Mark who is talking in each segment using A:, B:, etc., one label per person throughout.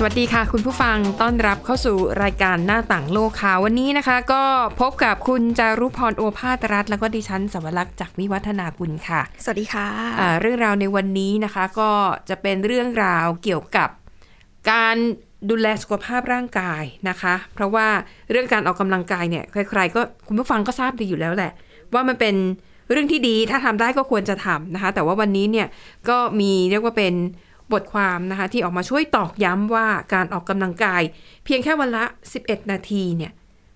A: สวัสดีค่ะ คุณผู้ฟังต้อนรับเข้าสู่รายการหน้าต่างโลกค่ะ วันนี้นะคะ ก็พบกับคุณจารุพรโอภาสรัฐ แล้วก็ดิฉันสวรักษ์จากวิวัฒนาคุณค่ะ
B: สวัสดีค่ะ
A: อ่าเรื่องราวในวันนี้นะคะก็จะเป็นเรื่องราวเกี่ยวกับการดูแลสุขภาพร่างกายนะคะ เพราะว่าเรื่องการออกกำลังกายเนี่ยใครๆก็คุณผู้ฟังก็ทราบดีอยู่แล้วแหละ ว่ามันเป็นเรื่องที่ดีถ้าทำได้ก็ควรจะทำนะคะ แต่ว่าวันนี้เนี่ยก็มีเรียกว่าเป็น บทความนะคะที่ออกมาช่วยตอกย้ำว่าการออกกำลังกาย เพียงแค่วันละ 11 นาทีเนี่ย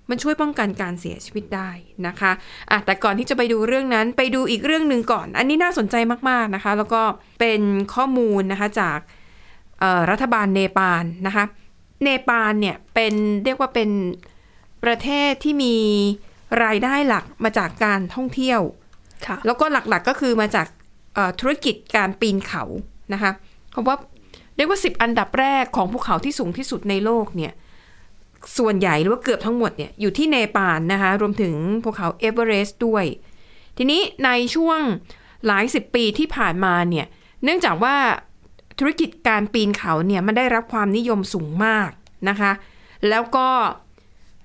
A: มันช่วยป้องกันการเสียชีวิตได้นะคะอ่ะแต่ก่อนที่จะไปดูเรื่องนั้นไปดูอีกเรื่องหนึ่งก่อน อันนี้น่าสนใจมากๆนะคะ แล้วก็เป็นข้อมูลนะคะจากเอ่อรัฐบาลเนปาลนะคะเนปาลเนี่ยเป็นเรียกว่าเป็นประเทศที่มีรายได้หลักมาจากการท่องเที่ยว
B: ค่ะ
A: แล้วก็หลักๆก็คือมาจากเอ่อธุรกิจการปีนเขานะคะเพราะว่าเรียกว่า 10 อันดับแรกของภูเขาที่สูงที่สุดในโลกเนี่ยส่วนใหญ่หรือว่าเกือบทั้งหมดเนี่ยอยู่ที่เนปาลนะคะรวมถึงภูเขาเอเวอเรสต์ด้วย ทีนี้ในช่วงหลายสิบปีที่ผ่านมาเนี่ยเนื่องจากว่าธุรกิจการปีนเขาเนี่ยมันได้รับความนิยมสูงมากนะคะแล้วก็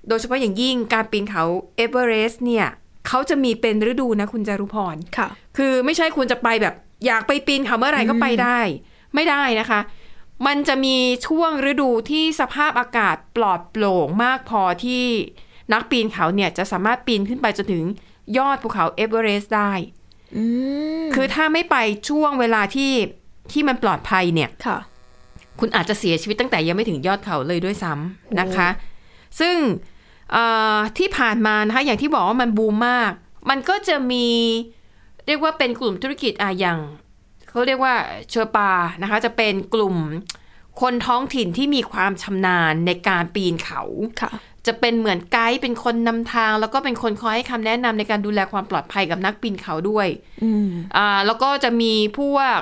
A: โดยเฉพาะอย่างยิ่งการปีนเขาเอเวอเรสต์เนี่ยเขาจะมีเป็นฤดูนะคุณจารุพร
B: ค่ะ
A: คือไม่ใช่คุณจะไปแบบอยากไปปีนเขาเมื่อไหร่ก็ไปได้ ไม่ได้นะคะ มันจะมีช่วงฤดูที่สภาพอากาศปลอดโปร่งมากพอที่นักปีนเขาเนี่ยจะสามารถปีนขึ้นไปจนถึงยอดภูเขาเอเวอเรสต์ได้
B: อืม
A: คือถ้าไม่ไปช่วงเวลาที่ที่มันปลอดภัยเนี่ย
B: ค่ะ
A: คุณอาจจะเสียชีวิตตั้งแต่ยังไม่ถึงยอดเขาเลยด้วยซ้ำนะคะ ซึ่งเอ่อที่ผ่านมานะคะอย่างที่บอกว่ามันบูมมาก มันก็จะมีเรียกว่าเป็นกลุ่มธุรกิจอะอย่างเขาเรียกว่าเชอร์ปานะคะ จะเป็นกลุ่มคนท้องถิ่นที่มีความชำนาญในการปีนเขา
B: ค่ะ
A: จะเป็นเหมือนไกด์เป็นคนนำทาง แล้วก็เป็นคนคอยให้คำแนะนำในการดูแลความปลอดภัยกับนักปีนเขาด้วย
B: อืม
A: อ่าแล้วก็จะมีพวก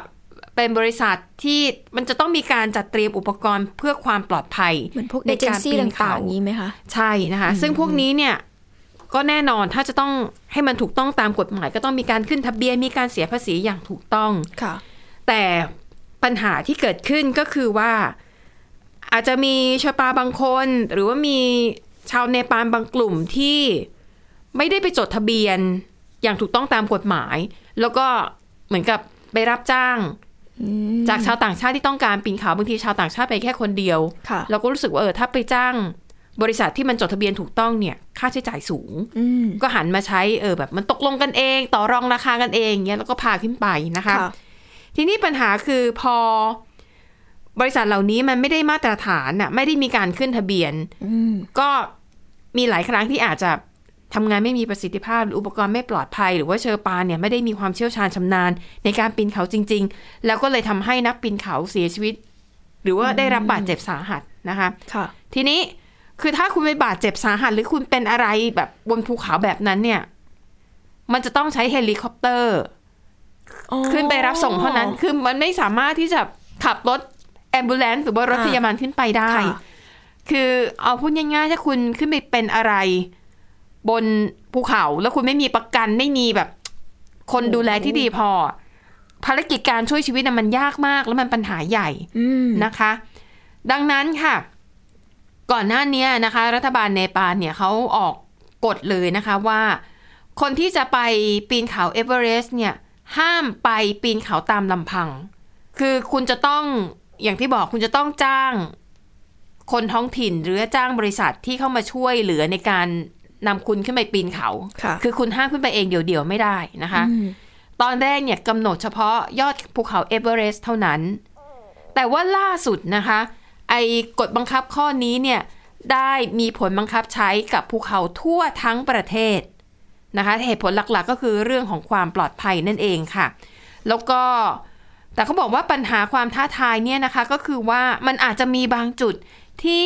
A: เป็นบริษัทที่มันจะต้องมีการจัดเตรียมอุปกรณ์เพื่อความปลอดภัย
B: เหมือนพวก
A: ใน
B: เอเจน
A: การ
B: ซี่
A: ปีน
B: ต่า
A: เขา
B: งๆอย่างนี้ไหมคะ
A: ใช่นะคะซึ่งพวกนี้เนี่ยก็แน่นอนถ้าจะต้องให้มันถูกต้องตามกฎหมาย ก็ต้องมีการขึ้นทะเบียนมีการเสียภาษีอย่างถูกต้อง
B: ค่ะ
A: แต่ปัญหาที่เกิดขึ้นก็คือว่าอาจจะมีชาวปาบางคน หรือว่ามีชาวเนปาลบางกลุ่มที่ไม่ได้ไปจดทะเบียนอย่างถูกต้องตามกฎหมาย แล้วก็เหมือนกับไปรับจ้าง จากชาวต่างชาติที่ต้องการปีนเขาบางทีชาวต่างชาติไปแค่คนเดียว
B: ค่ะ
A: เราก็รู้สึกว่าเออถ้าไปจ้างบริษัทที่มันจดทะเบียนถูกต้องเนี่ยค่าใช้จ่ายสูง
B: อืม
A: ก็หันมาใช้เออแบบมันตกลงกันเอง ต่อรองราคากันเองเงี้ยแล้วก็พาขึ้นไปนะคะ
B: ค่ะ
A: ทีนี้ปัญหาคือพอบริษัทเหล่านี้มันไม่ได้มาตรฐานน่ะไม่ได้มีการขึ้นทะเบียน
B: อืม
A: ก็มีหลายครั้งที่อาจจะทำงานไม่มีประสิทธิภาพหรืออุปกรณ์ไม่ปลอดภัย หรือว่าเชอร์ปาเนี่ยไม่ได้มีความเชี่ยวชาญชำนาญในการปีนเขาจริง ๆ แล้วก็เลยทำให้นักปีนเขาเสียชีวิต หรือว่าได้รับบาดเจ็บสาหัสนะคะ
B: ค่ะ
A: ทีนี้คือถ้าคุณไปบาดเจ็บสาหัส หรือคุณเป็นอะไรแบบบนภูเขาแบบนั้นเนี่ย มันจะต้องใช้เฮลิคอปเตอร์ ขึ้นไปรับส่งเท่านั้น คือมันไม่สามารถที่จะขับรถแอมบูเลนซ์หรือว่ารถ
B: อ่า
A: พยาบาลขึ้นไปได้
B: ค่ะ
A: คือเอาพูดง่ายๆ ถ้าคุณขึ้นไปเป็นอะไร บนภูเขา แล้วคุณไม่มีประกันไม่มีแบบ คนดูแลที่ดีพอ ภารกิจการช่วยชีวิตน่ะมันยากมาก แล้วมันปัญหาใหญ่
B: อืม
A: นะคะ ดังนั้นค่ะ ก่อนหน้าเนี้ยนะคะ รัฐบาลเนปาลเนี่ยเขาออกกฎเลยนะคะว่า คนที่จะไปปีนเขาเอเวอเรสต์เนี่ย ห้ามไปปีนเขาตามลำพัง คือคุณจะต้องอย่างที่บอกคุณจะต้องจ้างคนท้องถิ่น หรือจ้างบริษัทที่เข้ามาช่วยเหลือในการนำคุณขึ้นไปปีนเขา
B: ค่ะ
A: อคุณห้ามขึ้นไปเองเดี่ยวๆไม่ได้นะคะ
B: อืม
A: ตอนแรกเนี่ยกำหนดเฉพาะยอดภูเขาเอเวอเรสต์เท่านั้น แต่ว่าล่าสุดนะคะ ไอ้กฎบังคับข้อนี้เนี่ยได้มีผลบังคับใช้กับภูเขาทั่วทั้งประเทศนะคะเหตุผลหลักๆก็คือเรื่องของความปลอดภัยนั่นเองค่ะ แล้วก็แต่เขาบอกว่าปัญหาความท้าทายเนี่ยนะคะก็คือว่ามันอาจจะมีบางจุดที่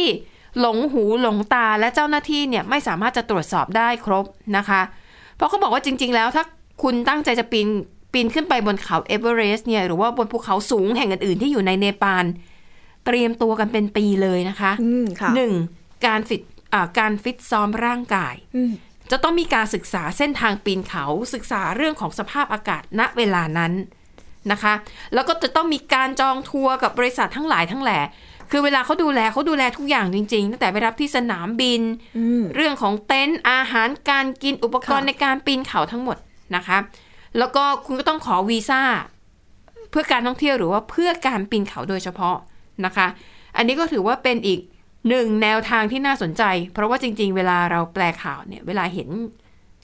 A: หลงหูหลงตาและเจ้าหน้าที่เนี่ยไม่สามารถจะตรวจสอบได้ครบนะคะ เพราะเขาบอกว่าจริง ๆ แล้วถ้าคุณตั้งใจจะปีน ปีนขึ้นไปบนเขาเอเวอเรสต์เนี่ยหรือว่าบนภูเขาสูงแห่งอื่นๆที่อยู่ในเนปาลเตรียมตัวกันเป็นปีเลยนะคะ
B: อืมค่ะ
A: หนึ่งการฟิตอ่าการฟิตซ้อมร่างกาย
B: อืม
A: จะต้องมีการศึกษาเส้นทางปีนเขาศึกษาเรื่องของสภาพอากาศณเวลานั้นนะคะ แล้วก็จะต้องมีการจองทัวร์กับบริษัททั้งหลายทั้งแหล่คือเวลาเขาดูแลเขาดูแลทุกอย่างจริงๆตั้งแต่ไปรับที่สนามบิน
B: อืม
A: เรื่องของเต็นท์อาหารการกินอุปกรณ์
B: ค่ะ
A: ในการปีนเขาทั้งหมดนะคะ แล้วก็คุณก็ต้องขอวีซ่าเพื่อการท่องเที่ยวหรือว่าเพื่อการปีนเขาโดยเฉพาะนะคะ อันนี้ก็ถือว่าเป็นอีกหนึ่งแนวทางที่น่าสนใจ เพราะว่าจริง ๆ เวลาเราแปลข่าวเนี่ยเวลาเห็น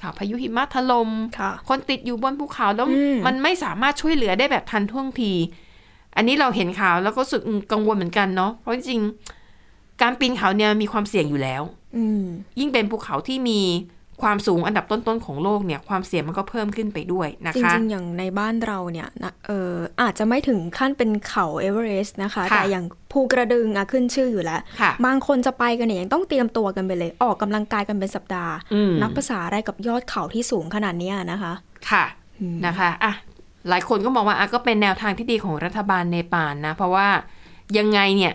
A: ข่าวพายุหิมะถลม่ม
B: ค่ะ
A: คนติดอยู่บนภูเขาแล้ว
B: อืม
A: มันไม่สามารถช่วยเหลือได้แบบทันท่วงที อันนี้เราเห็นข่าวแล้วก็รู้สึกอืมกังวลเหมือนกันเนาะเพราะจริงๆการปีนเขาเนี่ยมีความเสี่ยงอยู่แล้ว
B: อืม
A: ยิ่งเป็นภูเขาที่มีความสูงอันดับต้นๆของโลกเนี่ย ความเสี่ยงมันก็เพิ่มขึ้นไปด้วยนะ
B: จ
A: คะ
B: ริงๆ อย่างในบ้านเราเนี่ยนะเอออาจจะไม่ถึงขั้นเป็นเขาเอเวอเรสต์นะคะ
A: ค่ะ
B: แต่อย่างภูกระดึงอะขึ้นชื่ออยู่แล้ว
A: ค่ะ
B: บางคนจะไปกันเนี่ยยังต้องเตรียมตัวกันไปเลย ออกกำลังกายกันเป็นสัปดาห์
A: อืม
B: นับภาษาอะไรกับยอดเขาที่สูงขนาดเนี้ยนะคะ
A: ค่ะ
B: อืม
A: นะคะอ่ะหลายคนก็มองว่าอ่ะก็เป็นแนวทางที่ดีของรัฐบาลในปานนะ เพราะว่ายังไงเนี่ย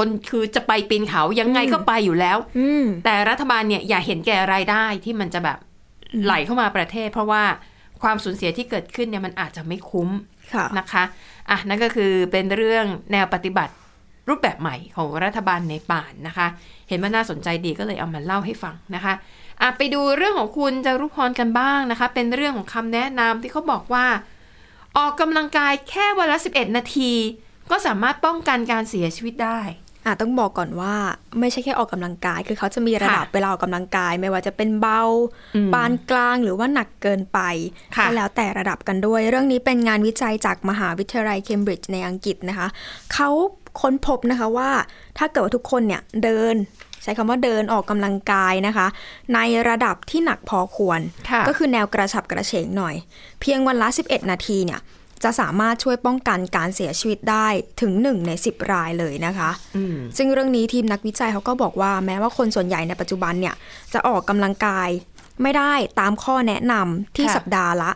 A: คนคือจะไปปีนเขายังไงก็ไปอยู่แล้ว
B: อืม
A: แต่รัฐบาลเนี่ยอย่าเห็นแก่รายได้ที่มันจะแบบไหลเข้ามาประเทศ เพราะว่าความสูญเสียที่เกิดขึ้นเนี่ยมันอาจจะไม่คุ้ม
B: ค่ะ
A: นะคะอ่ะนั่นก็คือเป็นเรื่องแนวปฏิบัติรูปแบบใหม่ของรัฐบาลในป่านนะคะ เห็นว่าน่าสนใจดีก็เลยเอามาเล่าให้ฟังนะคะอ่ะไปดูเรื่องของคุณจารุพรกันบ้างนะคะ เป็นเรื่องของคำแนะนำที่เขาบอกว่า ออกกำลังกายแค่วันละ 11 นาที ก็สามารถป้องกันการเสียชีวิตได้
B: อ่ะต้องบอกก่อนว่าไม่ใช่แค่ออกกำลังกาย คือเขาจะมีระดับ
A: ค่ะ
B: เวลาออกกำลังกาย ไม่ว่าจะเป็นเบา
A: อืม
B: ปานกลางหรือว่าหนักเกินไป
A: ค่ะ
B: ก็แล้วแต่ระดับกันด้วย เรื่องนี้เป็นงานวิจัยจากมหาวิทยาลัยเคมบริดจ์ในอังกฤษนะคะ เขาค้นพบนะคะว่าถ้าเกิดว่าทุกคนเนี่ยเดิน ใช้คำว่าเดินออกกำลังกายนะคะ ในระดับที่หนักพอควร
A: ค่ะ
B: ก็คือแนวกระฉับกระเฉงหน่อย เพียงวันละ 11 นาทีเนี่ยจะสามารถช่วยป้องกันการเสียชีวิตได้ถึง 1 ใน 10 รายเลยนะคะ
A: อืม
B: ซึ่งเรื่องนี้ทีมนักวิจัยเขาก็บอกว่าแม้ว่าคนส่วนใหญ่ในปัจจุบันเนี่ย จะออกกำลังกายไม่ได้ตามข้อแนะนำที่
A: ค่ะ
B: สัปดาห์ละ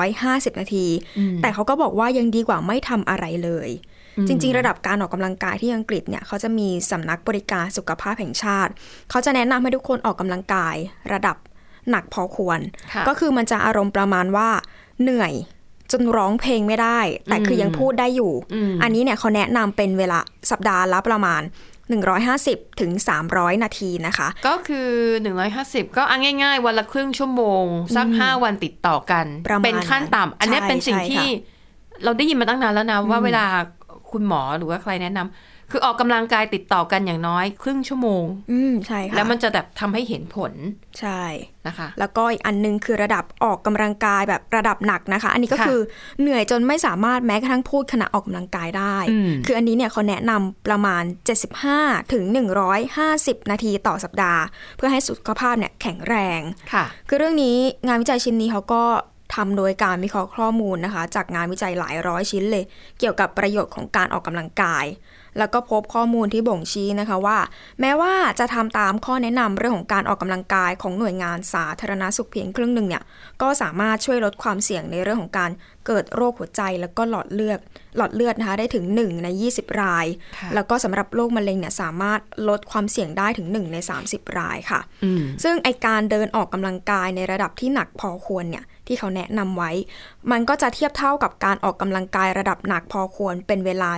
B: 150 นาที แต่เขาก็บอกว่ายังดีกว่าไม่ทำอะไรเลย จริง ๆ ระดับการออกกำลังกายที่อังกฤษเนี่ยเขาจะมีสำนักบริการสุขภาพแห่งชาติ เขาจะแนะนำให้ทุกคนออกกำลังกาย ระดับหนักพอควร
A: ค่ะ
B: ก็คือมันจะอารมณ์ประมาณว่าเหนื่อยจนร้องเพลงไม่ได้ แต่คือยังพูดได้อยู่
A: อืม
B: อันนี้เนี่ยเขาแนะนำเป็นเวลาสัปดาห์ละประมาณ 150ถึง300 นาทีนะคะ
A: ก็คือ 150 ก็เอาง่าย ๆ วันละครึ่งชั่วโมง สัก
B: อืม
A: 5 วันติดต่อกัน
B: ประมาณ
A: เป็นขั้นต่ำอันเนี้ย
B: ใช่
A: เป็นสิ่ง
B: ใช่ค่ะ
A: ที่เราได้ยินมาตั้งนานแล้วนะว่าเวลาคุณหมอหรือว่าใครแนะนำคือออกกำลังกายติดต่อกันอย่างน้อย ครึ่งชั่วโมง
B: ืมใช่ค่ะ
A: แล้วมันจะแบบทำให้เห็นผล
B: ใช่
A: นะคะ
B: แล้วก็อีกอันหนึงคือระดับออกกำลังกายแบบระดับหนักนะคะ อันนี้ก็
A: ค่ะ
B: คือเหนื่อยจนไม่สามารถแม้กระทั่งพูดขณะออกกำลังกายได้
A: อืม
B: คืออันนี้เนี่ยเขาแนะนำประมาณ 75ถึง150 นาทีต่อสัปดาห์ เพื่อให้สุขภาพเนี่ยแข็งแรง
A: ค่ะ
B: คือเรื่องนี้งานวิจัยชิ้นนี้เขาก็ทำโดยการวิเคราะห์ข้อมูลนะคะ จากงานวิจัยหลายร้อยชิ้นเลย เกี่ยวกับประโยชน์ของการออกกำลังกาย แล้วก็พบข้อมูลที่บ่งชี้นะคะว่า แม้ว่าจะทำตามข้อแนะนำเรื่องของการออกกำลังกายของหน่วยงานสาธารณสุขเพียงครึ่งหนึ่งเนี่ยก็สามารถช่วยลดความเสี่ยงในเรื่องของการเกิดโรคหัวใจ แล้วก็หลอดเลือดหลอดเลือดนะคะได้ถึง 1 ใน 20 ราย
A: ค่ะ
B: แล้วก็สำหรับโรคมะเร็งเนี่ยสามารถลดความเสี่ยงได้ถึง 1 ใน 30 รายค่ะ
A: อืม
B: ซึ่งไอการเดินออกกำลังกายในระดับที่หนักพอควรเนี่ยที่เขาแนะนำไว้ มันก็จะเทียบเท่ากับการออกกำลังกายระดับหนักพอควร เป็นเวลา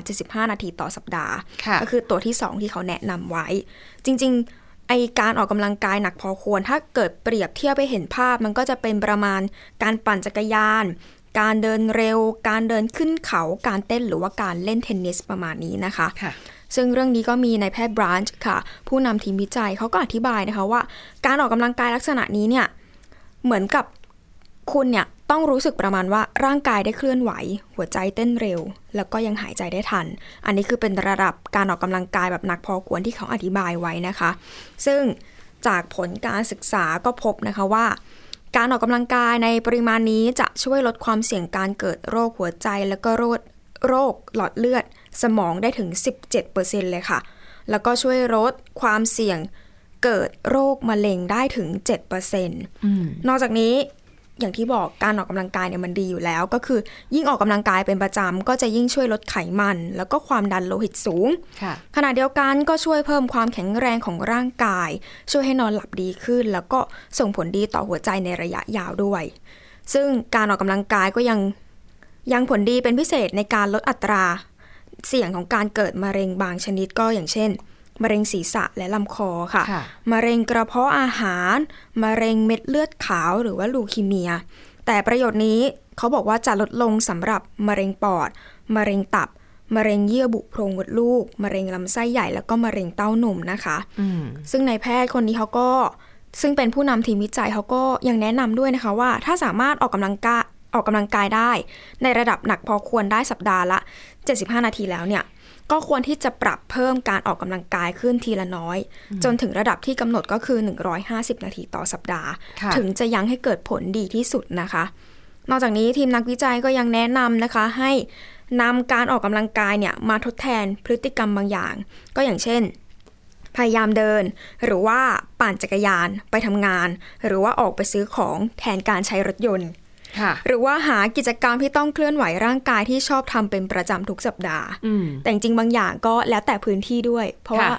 B: 75 นาทีต่อสัปดาห์
A: ค่ะ
B: ก็คือตัวที่ 2 ที่เขาแนะนำไว้ จริงๆไอการออกกำลังกายหนักพอควร ถ้าเกิดเปรียบเทียบไปเห็นภาพ มันก็จะเป็นประมาณการปั่นจักรยาน การเดินเร็ว การเดินขึ้นเขา การเต้นหรือว่าการเล่นเทนนิสประมาณนี้นะคะ
A: ค่ะ
B: ซึ่งเรื่องนี้ก็มีนายแพทย์บรานช์ค่ะ ผู้นำทีมวิจัยเขาก็อธิบายนะคะว่า การออกกำลังกายลักษณะนี้เนี่ย เหมือนกับคุณเนี่ย ต้องรู้สึกประมาณว่าร่างกายได้เคลื่อนไหว หัวใจเต้นเร็ว แล้วก็ยังหายใจได้ทัน อันนี้คือเป็นระดับการออกกำลังกายแบบหนักพอควรที่เขาอธิบายไว้นะคะ ซึ่งจากผลการศึกษาก็พบนะคะว่า การออกกำลังกายในปริมาณนี้จะช่วยลดความเสี่ยงการเกิดโรคหัวใจ แล้วก็โรคโรคหลอดเลือด สมองได้ถึง 17%เลยค่ะ แล้วก็ช่วยลดความเสี่ยงเกิดโรคมะเร็งได้ถึง 7%
A: อืม
B: นอกจากนี้ อย่างที่บอกการออกกำลังกายเนี่ยมันดีอยู่แล้ว ก็คือยิ่งออกกำลังกายเป็นประจำก็จะยิ่งช่วยลดไขมัน แล้วก็ความดันโลหิตสูง
A: ค่ะ
B: ขณะเดียวกันก็ช่วยเพิ่มความแข็งแรงของร่างกาย ช่วยให้นอนหลับดีขึ้น แล้วก็ส่งผลดีต่อหัวใจในระยะยาวด้วย ซึ่งการออกกำลังกายก็ยังยังผลดีเป็นพิเศษในการลดอัตรา เสี่ยงของการเกิดมะเร็งบางชนิดก็อย่างเช่น มะเร็งศีรษะและลำคอค่ะ
A: ค่ะ
B: มะเร็งกระเพาะอาหาร มะเร็งเม็ดเลือดขาวหรือว่าลูคีเมีย แต่ประโยชน์นี้เขาบอกว่าจะลดลงสำหรับมะเร็งปอด มะเร็งตับ มะเร็งเยื่อบุโพรงมดลูก มะเร็งลำไส้ใหญ่แล้วก็มะเร็งเต้านมนะคะ
A: อืม
B: ซึ่งนายแพทย์คนนี้เขาก็ ซึ่งเป็นผู้นำทีมวิจัยเขาก็ยังแนะนำด้วยนะคะว่า ถ้าสามารถออกกำลังกายออกกำลังกายได้ ในระดับหนักพอควรได้สัปดาห์ละ 75 นาทีแล้วเนี่ย ก็ควรที่จะปรับเพิ่มการออกกำลังกายขึ้นทีละน้อย จนถึงระดับที่กำหนดก็คือ 150 นาทีต่อสัปดาห์
A: ค่ะ
B: ถึงจะยังให้เกิดผลดีที่สุดนะคะ นอกจากนี้ทีมนักวิจัยก็ยังแนะนำนะคะ ให้นำการออกกำลังกายเนี่ยมาทดแทนพฤติกรรมบางอย่าง ก็อย่างเช่น พยายามเดิน หรือว่าปั่นจักรยานไปทำงาน หรือว่าออกไปซื้อของแทนการใช้รถยนต์
A: ค่ะ
B: หรือว่าหากิจกรรมที่ต้องเคลื่อนไหวร่างกายที่ชอบทำเป็นประจำทุกสัปดาห์
A: อืม
B: แต่จริงๆบางอย่างก็แล้วแต่พื้นที่ด้วย เพราะว่า
A: ค่ะ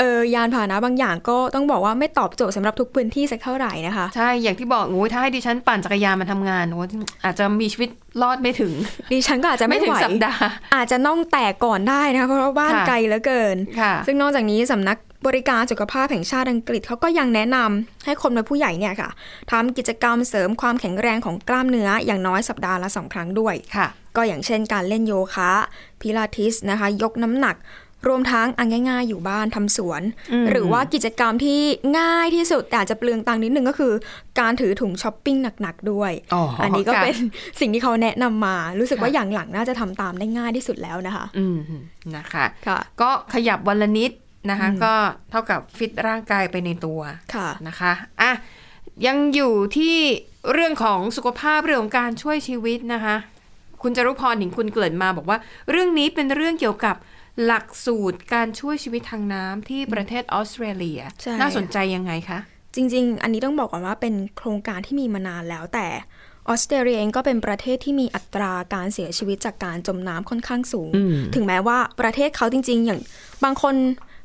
B: เออยานพาหนะบางอย่างก็ต้องบอกว่าไม่ตอบโจทย์สำหรับทุกพื้นที่สักเท่าไหร่นะคะ
A: ใช่ อย่างที่บอกโอ้ยถ้าให้ดิฉันปั่นจักรยานมาทำงานโอ้ยอาจจะมีชีวิตรอดไม่ถึง
B: ดิฉันก็อาจจะ
A: ไม่
B: ไม่
A: ถึ
B: ไห
A: ง
B: ว
A: สัปดาห์
B: อาจจะน่องแตกก่อนได้นะคะเพราะว่าบ้าน
A: ค่ะ
B: ไกลเหลือเกิน
A: ค่ะ
B: ซึ่งนอกจากนี้สำนักบริการสุขภาพแห่งชาติอังกฤษเขาก็ยังแนะนำให้คนเป็นผู้ใหญ่เนี่ยค่ะทำกิจกรรมเสริมความแข็งแรงของกล้ามเนื้ออย่างน้อยสัปดาห์ละสองครั้งด้วย
A: ค่ะ
B: ก็อย่างเช่นการเล่นโยคะพิลาทิสนะคะ ยกน้ำหนัก รวมทั้งอันง่าย ๆ อยู่บ้านทำสวน
A: อืม
B: หรือว่ากิจกรรมที่ง่ายที่สุดแต่อาจจะเปลืองตังค์นิดนึงก็คือ การถือถุงช้อปปิ้งหนักๆด้วย
A: อ๋ออั
B: อันนี้ก็เป็น สิ่งที่เขาแนะนำมา รู้สึก
A: ค่ะ
B: ว่าอย่างหลังน่าจะทำตามได้ง่ายที่สุดแล้วนะคะ
A: อืมนะคะ
B: ค่ะ
A: ก็ขยับวันละนิดนะคะ
B: อืม
A: ก็เท่ากับฟิตร่างกายไปในตัว
B: ค่ะ
A: นะคะอ่ะยังอยู่ที่เรื่องของสุขภาพเรื่องของการช่วยชีวิตนะคะ คุณจารุพรหนิงคุณเกริดมาบอกว่า เรื่องนี้เป็นเรื่องเกี่ยวกับหลักสูตรการช่วยชีวิตทางน้ำที่ประเทศออสเตรเลีย
B: ใช่
A: น่าสนใจยังไงคะ
B: จริง ๆ อันนี้ต้องบอกก่อนว่าเป็นโครงการที่มีมานานแล้วแต่ออสเตรเลียเองก็เป็นประเทศที่มีอัตราการเสียชีวิตจากการจมน้ำค่อนข้างสูง
A: อืม
B: ถึงแม้ว่าประเทศเขาจริง ๆ อย่างบางคน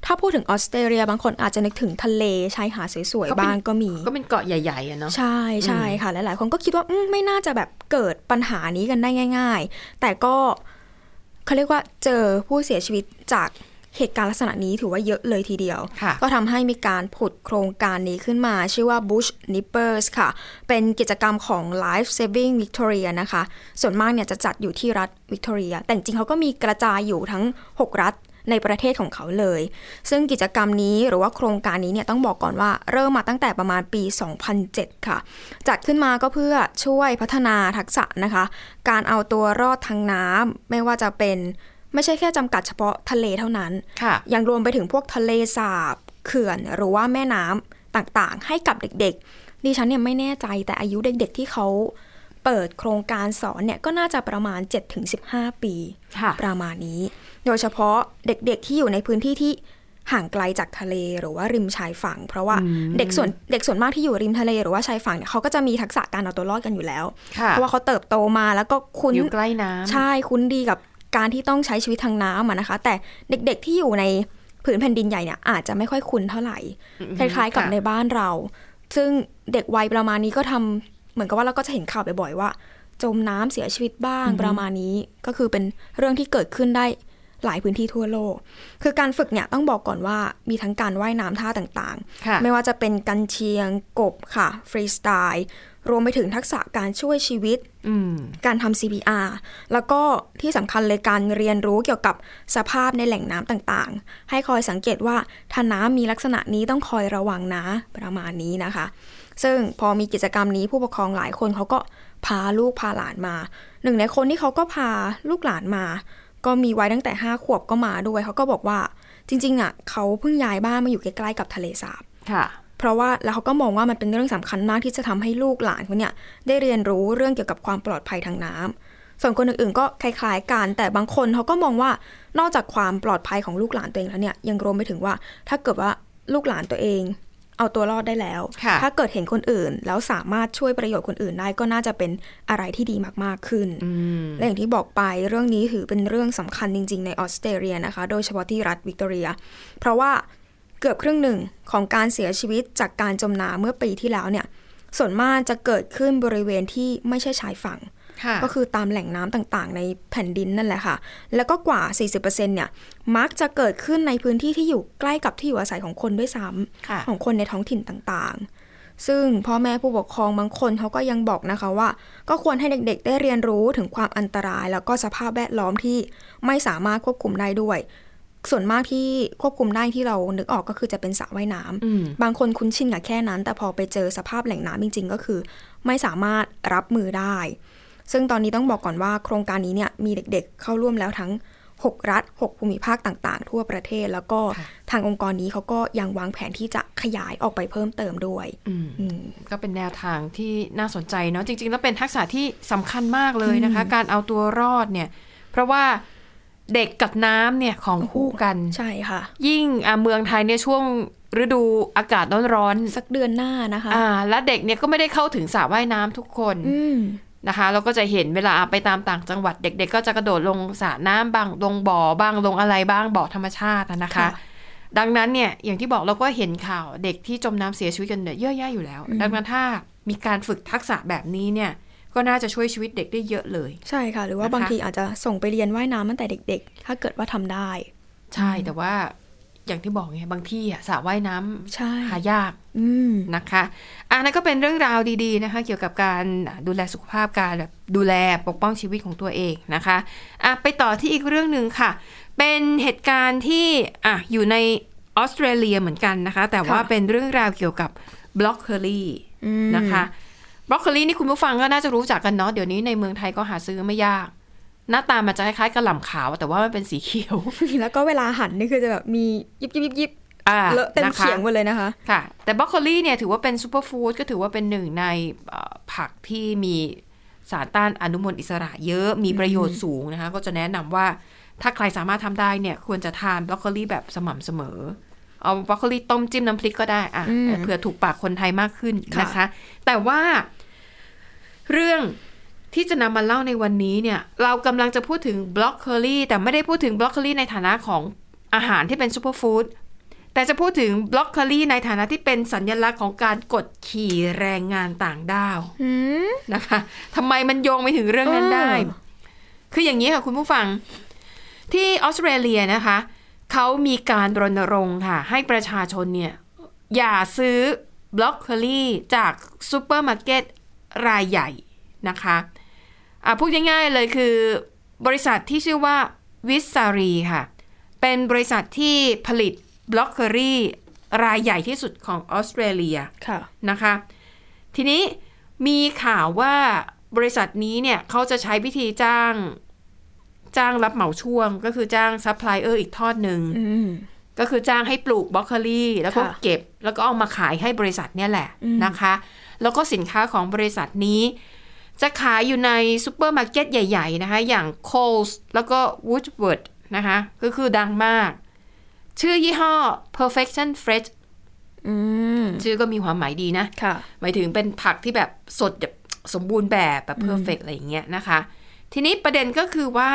B: ถ้าพูดถึงออสเตรเลีย บางคนอาจจะนึกถึงทะเลชายหาดสวยๆบ้างก็มี
A: ก็เป็นเกาะใหญ่ๆอะเนาะ
B: ใช่ใช่ค่ะหลายๆคนก็คิดว่าอืมไม่น่าจะแบบเกิดปัญหานี้กันได้ง่าย ๆ แต่ก็เขาเรียกว่าเจอผู้เสียชีวิตจากเหตุการณ์ลักษณะนี้ถือว่าเยอะเลยทีเดียว
A: ค่ะ
B: ก็ทำให้มีการผุดโครงการนี้ขึ้นมา ชื่อว่า Bush Nippers ค่ะ เป็นกิจกรรมของ Life Saving Victoria นะคะ ส่วนมากเนี่ยจะจัดอยู่ที่รัฐวิกตอเรีย แต่จริงๆเขาก็มีกระจายอยู่ทั้ง 6 รัฐในประเทศของเขาเลย ซึ่งกิจกรรมนี้หรือว่าโครงการนี้เนี่ยต้องบอกก่อนว่าเริ่มมาตั้งแต่ประมาณปี 2007 ค่ะ จัดขึ้นมาก็เพื่อช่วยพัฒนาทักษะนะคะ การเอาตัวรอดทางน้ำไม่ว่าจะเป็นไม่ใช่แค่จำกัดเฉพาะทะเลเท่านั้น
A: ค่ะ
B: ยังรวมไปถึงพวกทะเลสาบเขื่อนหรือว่าแม่น้ำต่างๆ ให้กับเด็กๆ ดิฉันเนี่ยไม่แน่ใจแต่อายุเด็กๆที่เขาเปิดโครงการสอนเนี่ยก็น่าจะประมาณ 7-15 ปี
A: ค่ะ
B: ประมาณนี้ โดยเฉพาะเด็กๆที่อยู่ในพื้นที่ที่ห่างไกลจากทะเลหรือว่าริมชายฝั่ง เพราะว่าเด็กส่วนเด็กส่วนมากที่อยู่ริมทะเลหรือว่าชายฝั่งเนี่ยเขาก็จะมีทักษะการเอาตัวรอดกันอยู่แล้ว
A: ค่ะ
B: เพราะว่าเขาเติบโตมาแล้วก็คุ้น
A: อยู่ใกล้น้ำ
B: ใช่คุ้นดีกับการที่ต้องใช้ชีวิตทางน้ำอะนะคะ แต่เด็กๆที่อยู่ในผืนแผ่นดินใหญ่เนี่ยอาจจะไม่ค่อยคุ้นเท่าไหร่คล้ายๆกับ
A: ค่ะ
B: ในบ้านเรา ซึ่งเด็กวัยประมาณนี้ก็ทำเหมือนกับว่าเราก็จะเห็นข่าวบ่อยๆว่า จมน้ำเสียชีวิตบ้างประมาณนี้ก็คือเป็นเรื่องที่เกิดขึ้นได้หลายพื้นที่ทั่วโลก คือการฝึกเนี่ยต้องบอกก่อนว่ามีทั้งการว่ายน้ำท่าต่างๆ
A: ค่ะ
B: ไม่ว่าจะเป็นกันเชียงกบค่ะ ฟรีสไตล์ รวมไปถึงทักษะการช่วยชีวิต
A: อืม
B: การทำ CPR แล้วก็ที่สำคัญเลยการเรียนรู้เกี่ยวกับสภาพในแหล่งน้ำต่างๆ ให้คอยสังเกตว่าถ้าน้ำมีลักษณะนี้ต้องคอยระวังนะประมาณนี้นะคะ ซึ่งพอมีกิจกรรมนี้ผู้ปกครองหลายคนเขาก็พาลูกพาหลานมา หนึ่งในคนที่เขาก็พาลูกหลานมา ก็มีไว้ตั้งแต่ 5 ขวบก็มาด้วยเขาก็บอกว่าจริงๆอ่ะเขาเพิ่งย้ายบ้านมาอยู่ใกล้ๆกับทะเลสาบ
A: ค่ะ
B: เพราะว่าแล้วเขาก็มองว่ามันเป็นเรื่องสำคัญมากที่จะทำให้ลูกหลานเขาเนี่ยได้เรียนรู้เรื่องเกี่ยวกับความปลอดภัยทางน้ำส่วนคนอื่นๆก็คล้ายๆกัน แต่บางคนเขาก็มองว่านอกจากความปลอดภัยของลูกหลานตัวเองแล้วเนี่ยยังรวมไปถึงว่าถ้าเกิดว่าลูกหลานตัวเอง เอาตัวรอดได้แล้ว
A: ค่ะ
B: ถ้าเกิดเห็นคนอื่น แล้วสามารถช่วยประโยชน์คนอื่นได้ก็น่าจะเป็นอะไรที่ดีมากๆขึ้น
A: อืม
B: และอย่างที่บอกไปเรื่องนี้ถือเป็นเรื่องสำคัญจริง ๆ ในออสเตรเลียนะคะ โดยเฉพาะที่รัฐวิกตอเรีย เพราะว่าเกือบครึ่งหนึ่งของการเสียชีวิตจากการจมน้ำเมื่อปีที่แล้วเนี่ย ส่วนมากจะเกิดขึ้นบริเวณที่ไม่ใช่ชายฝั่ง
A: ค่ะ
B: ก็คือตามแหล่งน้ำต่างๆ ในแผ่นดินนั่นแหละค่ะ แล้วก็กว่า 40%เนี่ย มักจะเกิดขึ้นในพื้นที่ที่อยู่ใกล้กับที่อยู่อาศัยของคนด้วยซ้
A: ค่ะ
B: ำของคนในท้องถิ่นต่างๆ ซึ่งพ่อแม่ผู้ปกครองบางคนเขาก็ยังบอกนะคะว่า ก็ควรให้เด็กๆ ได้เรียนรู้ถึงความอันตราย แล้วก็สภาพแวดล้อมที่ไม่สามารถควบคุมได้ด้วย ส่วนมากที่ควบคุมได้ที่เรานึกออกก็คือจะเป็นสระว่ายน้ำ
A: อืม
B: บางคนคุ้นชินกับแค่นั้น แต่พอไปเจอสภาพแหล่งน้ำจริง ๆ ก็คือ ไม่สามารถรับมือได้ ซึ่งตอนนี้ต้องบอกก่อนว่าโครงการนี้เนี่ยมีเด็กๆ เข้าร่วมแล้วทั้ง 6 รัฐ 6 ภูมิภาคต่างๆ ทั่วประเทศแล้วก็
A: ค่ะ
B: ทางองค์กรนี้เขาก็ยังวางแผนที่จะขยายออกไปเพิ่มเติมด้วย
A: อืม
B: อืม
A: ก็เป็นแนวทางที่น่าสนใจเนาะจริง ๆ แล้วเป็นทักษะที่สำคัญมากเลยนะคะ การเอาตัวรอดเนี่ย เพราะว่าเด็กกับน้ำเนี่ยของ
B: โอ้โห
A: คู่กัน
B: ใช่ค่ะ
A: ยิ่งอ่ะเมืองไทยเนี่ยช่วงฤดูอากาศร้อน
B: สักเดือนหน้านะคะ
A: ๆอ่า และเด็กเนี่ยก็ไม่ได้เข้าถึงสระว่ายน้ำทุกคน
B: อืม
A: นะคะเราก็จะเห็นเวลาไปตามต่างจังหวัดเด็ก ๆ ก็จะกระโดดลงสระน้ำบ้างลงบ่อบ้างลงอะไรบ้างบ่อธรรมชาตินะนะคะ
B: ค่ะ
A: ดังนั้นเนี่ยอย่างที่บอกเราก็เห็นข่าวเด็กที่จมน้ำเสียชีวิตกันเนี่ยเยอะแยะอยู่แล้ว ดังนั้นถ้ามีการฝึกทักษะแบบนี้เนี่ย ก็น่าจะช่วยชีวิตเด็กได้เยอะเลย
B: ใช่ค่ะ หรือว่า
A: นะคะ
B: บางทีอาจจะส่งไปเรียนว่ายน้ำตั้งแต่เด็ก ๆ ถ้าเกิดว่าทำได้
A: ใช่แต่ว่าอย่างที่บอกไงบางที่อะสระว่ายน้ำ
B: ใช่
A: หายาก
B: อืม
A: นะคะอันนั้นก็เป็นเรื่องราวดีๆนะคะ เกี่ยวกับการดูแลสุขภาพการแบบดูแลปกป้องชีวิตของตัวเองนะคะอ่ะไปต่อที่อีกเรื่องหนึ่งค่ะ เป็นเหตุการณ์ที่อ่ะอยู่ในออสเตรเลียเหมือนกันนะคะ แต่ว่า
B: ค่ะ
A: เป็นเรื่องราวเกี่ยวกับบล็อกเคอรี่
B: อืม
A: นะคะบรอกโคลีนี่คุณผู้ฟังก็น่าจะรู้จักกันเนาะเดี๋ยวนี้ในเมืองไทยก็หาซื้อไม่ยาก หน้าตามันจะคล้ายๆกระหล่ำขาว แต่ว่ามันเป็นสีเขียว
B: แล้วก็เวลาหันนี่คือจะแบบมียิบยิบยิบยิบ
A: อ่า
B: เลอะเต็ม
A: นะคะ
B: เขียงหมดเลยนะคะ
A: ค่ะ แต่บรอกโคลีเนี่ยถือว่าเป็นซูเปอร์ฟู้ดก็ถือว่าเป็นหนึ่งในเอ่อผักที่มีสารต้านอนุมูลอิสระเยอะมีประโยชน์สูงนะคะ ก็จะแนะนำว่าถ้าใครสามารถทำได้เนี่ยควรจะทานบรอกโคลีแบบสม่ำเสมอ เอาบรอกโคลีต้มจิ้มน้ำพริกก็ได้อ่ะ
B: อืม
A: เผื่อถูกปากคนไทยมากขึ้น
B: ค่ะ
A: นะคะ แต่ว่า เรื่องที่จะนำมาเล่าในวันนี้เนี่ย เรากำลังจะพูดถึงบล็อกเคอรี่แต่ไม่ได้พูดถึงบล็อกเคอรี่ในฐานะของอาหารที่เป็นซูเปอร์ฟู้ดแต่จะพูดถึงบล็อกเคอรี่ในฐานะที่เป็นสัญลักษณ์ของการกดขี่แรงงานต่างด้าว
B: อืม
A: นะคะทำไมมันโยงไปถึงเรื่องนั้นได้
B: เออ
A: คืออย่างนี้ค่ะคุณผู้ฟัง ที่ออสเตรเลียนะคะ เขามีการรณรงค์ค่ะ ให้ประชาชนเนี่ย อย่าซื้อบล็อกเคอรี่จากซูเปอร์มาร์เก็ตรายใหญ่นะคะอ่ะพูดง่ายๆเลยคือบริษัทที่ชื่อว่าวิสซารีค่ะ เป็นบริษัทที่ผลิตบล็อกเคอรี่รายใหญ่ที่สุดของออสเตรเลีย
B: ค่ะ
A: นะคะ ทีนี้มีข่าวว่าบริษัทนี้เนี่ยเขาจะใช้วิธีจ้างจ้างรับเหมาช่วง ก็คือจ้างซัพพลายเออร์อีกทอดหนึ่ง
B: อืม
A: ก็คือจ้างให้ปลูกบล็อกโคลีแล้วก็
B: ค่ะ
A: เก็บแล้วก็เอามาขายให้บริษัทเนี่ยแหละ
B: อืม
A: นะคะ แล้วก็สินค้าของบริษัทนี้ จะขายอยู่ในซูเปอร์มาร์เก็ตใหญ่ ๆ นะคะ อย่าง Coles แล้วก็ Woodward นะคะ ก็คือดังมาก ชื่อยี่ห้อ Perfection Fresh
B: อืม
A: ชื่อก็มีความหมายดีนะ
B: ค่ะ
A: หมายถึงเป็นผักที่แบบสดแบบสมบูรณ์แบบแบบเพอร์เฟกอะไรอย่างเงี้ยนะคะ ทีนี้ประเด็นก็คือว่า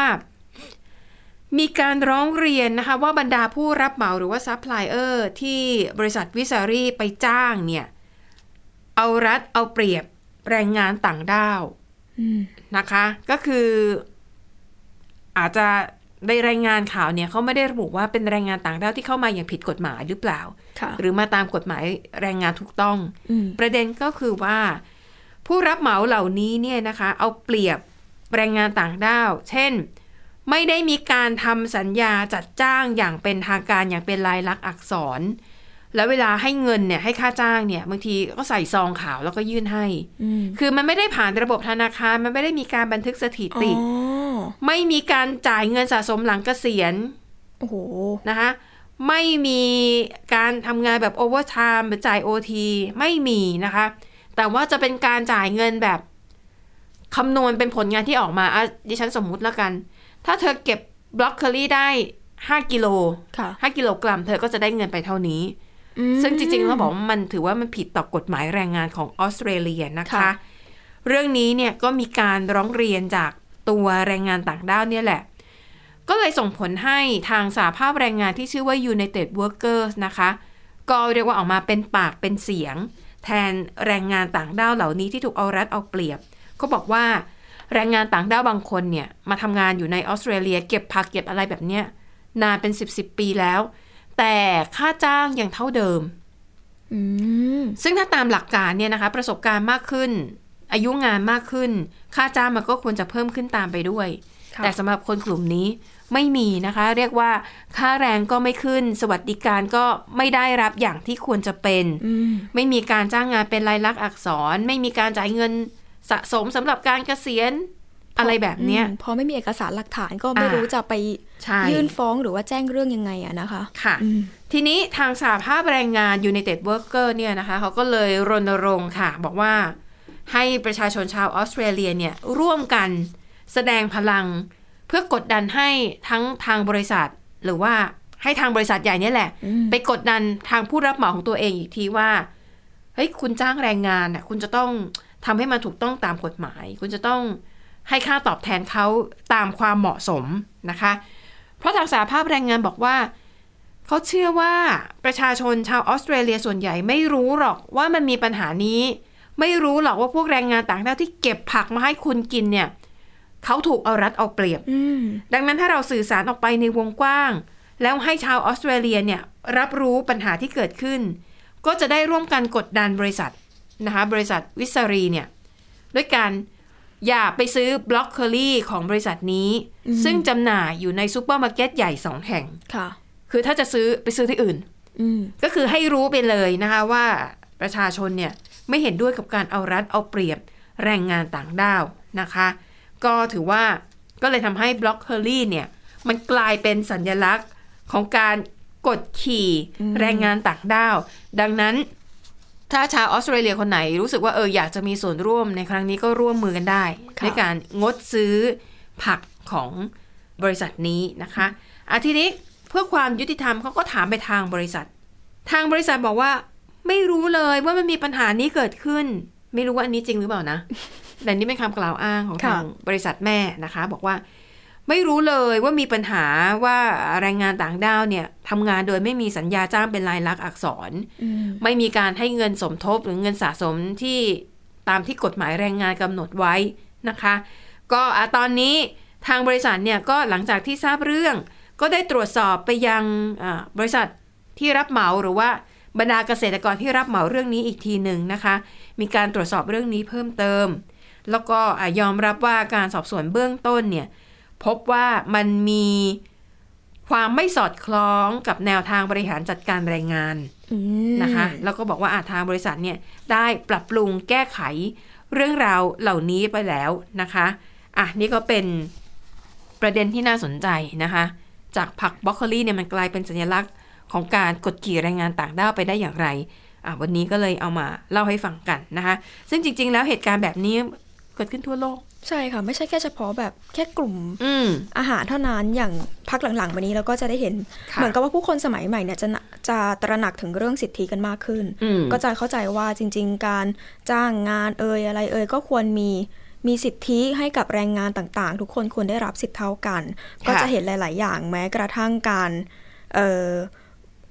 A: มีการร้องเรียนนะคะ ว่าบรรดาผู้รับเหมาหรือว่าซัพพลายเออร์ที่บริษัทวิสารีไปจ้างเนี่ย เอารัดเอาเปรียบแรงงานต่างด้าว
B: อืม
A: นะคะ ก็คือ อาจจะในรายงานข่าวเนี่ยเขาไม่ได้ระบุว่าเป็นแรงงานต่างด้าวที่เข้ามาอย่างผิดกฎหมายหรือเปล่า
B: ค่ะ
A: หรือมาตามกฎหมายแรงงานถูกต้อง
B: อืม
A: ประเด็นก็คือว่า ผู้รับเหมาเหล่านี้เนี่ยนะคะ เอาเปรียบแรงงานต่างด้าว เช่น ไม่ได้มีการทำสัญญาจัดจ้างอย่างเป็นทางการอย่างเป็นลายลักษณ์อักษร แล้วเวลาให้เงินเนี่ยให้ค่าจ้างเนี่ยบางทีก็ใส่ซองขาวแล้วก็ยื่นให้
B: อืม
A: คือมันไม่ได้ผ่านระบบธนาคาร มันไม่ได้มีการบันทึกสถิ
B: อ๋
A: ติ
B: อ
A: ไม่มีการจ่ายเงินสะสมหลังเกษียณ
B: โอ้โห
A: นะคะไม่มีการทำงานแบบโอเวอร์ไทม์หรือจ่ายโอทีไม่มีนะคะ แต่ว่าจะเป็นการจ่ายเงินแบบคำนวณเป็นผลงานที่ออกมาอ่ะดิฉันสมมุติแล้วกัน ถ้าเธอเก็บบล็อกเคอรี่ได้ 5 กิโล
B: ค่ะ
A: 5 กิโลกรัม เธอก็จะได้เงินไปเท่านี้
B: อืม
A: ซึ่งจริงๆเราบอกว่ามันถือว่ามันผิดต่อกฎหมายแรงงานของออสเตรเลียนะคะ
B: ค่ะ
A: เรื่องนี้เนี่ยก็มีการร้องเรียนจากตัวแรงงานต่างด้าวเนี่ยแหละ ก็เลยส่งผลให้ทางสาภาพแรงงานที่ชื่อว่า United Workers นะคะ ก็เรียกว่าออกมาเป็นปากเป็นเสียง แทนแรงงานต่างด้าวเหล่านี้ที่ถูกเอารัดเอาเปรียบ ก็บอกว่าแรงงานต่างด้าวบางคนเนี่ยมาทำงานอยู่ในออสเตรเลีย เก็บผักเก็บอะไรแบบเนี้ยนานเป็น 10บปีแล้ว แต่ค่าจ้างยังเท่าเดิม
B: อืม
A: ซึ่งถ้าตามหลักการเนี่ยนะคะ ประสบการณ์มากขึ้น อายุงานมากขึ้น ค่าจ้างมันก็ควรจะเพิ่มขึ้นตามไปด้วย
B: ค่ะ
A: แต่สำหรับคนกลุ่มนี้ไม่มีนะคะ เรียกว่าค่าแรงก็ไม่ขึ้น สวัสดิการก็ไม่ได้รับอย่างที่ควรจะเป็น
B: อืม
A: ไม่มีการจ้างงานเป็นลายลักษณ์อักษร ไม่มีการจ่ายเงินสะสมสำหรับการเกษียณอะไรแบบเนี้ย
B: อืมพอไม่มีเอกสารหลักฐานก็ไม่
A: อ่า
B: รู้จะไป
A: ใช่
B: ยื่นฟ้องหรือว่าแจ้งเรื่องยังไงอะนะคะ
A: ค่ะ
B: อืม
A: ทีนี้ทางสาภาพแรงงาน United Worker เนี่ยนะคะเขาก็เลยรณรงค์ค่ะ บอกว่าให้ประชาชนชาวออสเตรเลียเนี่ยร่วมกันแสดงพลัง เพื่อกดดันให้ทั้งทางบริษัท หรือว่าให้ทางบริษัทใหญ่เนี่ยแหละ
B: อืม
A: ไปกดดันทางผู้รับเหมาของตัวเองอีกทีว่าเฮ้ยคุณจ้างแรงงานน่ะคุณจะต้องทำให้มันถูกต้องตามกฎหมาย คุณจะต้องให้ค่าตอบแทนเขาตามความเหมาะสมนะคะ เพราะทางสาภาพแรงงานบอกว่า เขาเชื่อว่าประชาชนชาวออสเตรเลียส่วนใหญ่ไม่รู้หรอกว่ามันมีปัญหานี้ ไม่รู้หรอกว่าพวกแรงงานต่างด้าวที่เก็บผักมาให้คุณกินเนี่ยเขาถูกเอารัดเอาเปรียบ
B: อืม
A: ดังนั้นถ้าเราสื่อสารออกไปในวงกว้าง แล้วให้ชาวออสเตรเลียเนี่ยรับรู้ปัญหาที่เกิดขึ้น ก็จะได้ร่วมกันกดดันบริษัทนะคะบริษัทวิสารีเนี่ยด้วยการอย่าไปซื้อบล็อกเคอรี่ของบริษัทนี้
B: อืม
A: ซึ่งจำหน่ายอยู่ในซูเปอร์มาร์เก็ตใหญ่สองแห่ง
B: ค่ะ
A: คือถ้าจะซื้อไปซื้อที่อื่น
B: อืม
A: ก็คือให้รู้ไปเลยนะคะว่าประชาชนเนี่ยไม่เห็นด้วยกับการเอารัดเอาเปรียบแรงงานต่างด้าวนะคะ ก็ถือว่าก็เลยทำให้บล็อกเคอรี่เนี่ยมันกลายเป็นสัญญลักษณ์ของการกดขี่
B: อืม
A: แรงงานต่างด้าว ดังนั้นถ้าชาวออสเตรเลียคนไหนรู้สึกว่าเอออยากจะมีส่วนร่วมในครั้งนี้ก็ร่วมมือกันได้ด้วยการงดซื้อผักของบริษัทนี้นะคะอ่ะทีนี้เพื่อความยุติธรรมเขาก็ถามไปทางบริษัท ทางบริษัทบอกว่าไม่รู้เลยว่ามันมีปัญหานี้เกิดขึ้น ไม่รู้ว่าอันนี้จริงหรือเปล่า นะ แต่นี่เป็นคำกล่าวอ้างของ
B: ค่ะ
A: ทางบริษัทแม่นะคะ บอกว่า ไม่รู้เลยว่ามีปัญหาว่าแรงงานต่างด้าวเนี่ยทำงานโดยไม่มีสัญญาจ้างเป็นลายลักษณ์อักษร
B: อืม
A: ไม่มีการให้เงินสมทบหรือเงินสะสมที่ตามที่กฎหมายแรงงานกำหนดไว้นะคะ ก็อ่ะตอนนี้ทางบริษัทเนี่ยก็หลังจากที่ทราบเรื่อง ก็ได้ตรวจสอบไปยังอ่าบริษัทที่รับเหมาหรือว่าบรรดาเกษตรกรที่รับเหมาเรื่องนี้อีกทีหนึ่งนะคะ มีการตรวจสอบเรื่องนี้เพิ่มเติม แล้วก็อ่ะยอมรับว่าการสอบสวนเบื้องต้นเนี่ยพบว่ามันมีความไม่สอดคล้องกับแนวทางบริหารจัดการแรงงาน
B: อืม
A: นะคะแล้วก็บอกว่าอาทางบริษัทเนี่ยได้ปรับปรุงแก้ไขเรื่องราวเหล่านี้ไปแล้วนะคะอ่ะนี่ก็เป็นประเด็นที่น่าสนใจนะคะ จากผักบล็อกโคลีเนี่ยมันกลายเป็นสัญลักษณ์ของการกดขี่แรงงานต่างด้าวไปได้อย่างไรอ่ะวันนี้ก็เลยเอามาเล่าให้ฟังกันนะคะ ซึ่งจริง ๆ แล้วเหตุการณ์แบบนี้เกิดขึ้นทั่วโลก
B: ใช่ค่ะ ไม่ใช่แค่เฉพาะแบบแค่กลุ่ม
A: อืม
B: อาหารเท่านั้นอย่างพักหลังๆมานี้เราก็จะได้เห็น
A: ค่ะ
B: เหมือนกับว่าผู้คนสมัยใหม่เนี่ยจะน่ะจะตระหนักถึงเรื่องสิทธิกันมากขึ้น
A: อืม
B: ก็จะเข้าใจว่าจริง ๆ การจ้างงานเอ่ยอะไรเอ่ยก็ควรมีมีสิทธิให้กับแรงงานต่างๆ ทุกคนควรได้รับสิทธิเท่ากัน ก็จะเห็นหลาย ๆ อย่างแม้กระทั่งการเอ่อ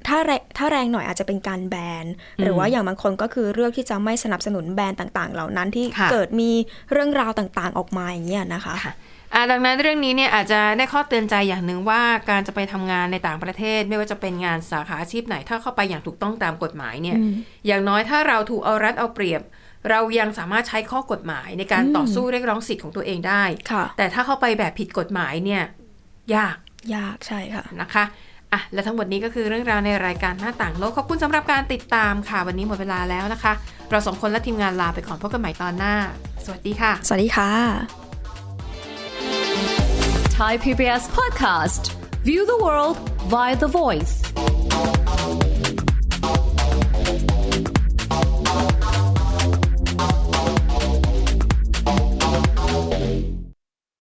B: ถ้าแรงถ้าแรงหน่อยอาจจะเป็นการแบนหรือว่าอย่างบางคนก็คือเลือกที่จะไม่สนับสนุนแบรนด์ต่างๆ เหล่านั้นที่
A: ค่ะ
B: เกิดมีเรื่องราวต่างๆ ออกมาอย่างเงี้ยนะคะ
A: ค่ะอ่ะดังนั้นเรื่องนี้เนี่ยอาจจะได้ข้อเตือนใจอย่างหนึ่งว่าการจะไปทำงานในต่างประเทศ ไม่ว่าจะเป็นงานสาขาอาชีพไหน ถ้าเข้าไปอย่างถูกต้องตามกฎหมายเนี่ย
B: อืม
A: อย่างน้อยถ้าเราถูกเอารัดเอาเปรียบ เรายังสามารถใช้ข้อกฎหมายในการต่อสู้เรียกร้องสิทธิ์ของตัวเองได้
B: ค่ะ
A: แต่ถ้าเข้าไปแบบผิดกฎหมายเนี่ยยาก
B: ยากใช่ค่ะ
A: นะคะอ่ะและทั้งหมดนี้ก็คือเรื่องราวในรายการหน้าต่างโลก ขอบคุณสำหรับการติดตามค่ะ วันนี้หมดเวลาแล้วนะคะ เราสองคนและทีมงานลาไปก่อนพบกันใหม่ตอนหน้า สวัสดีค่ะ
B: สวัสดีค่ะ
C: Thai PBS podcast. View the world via the voice.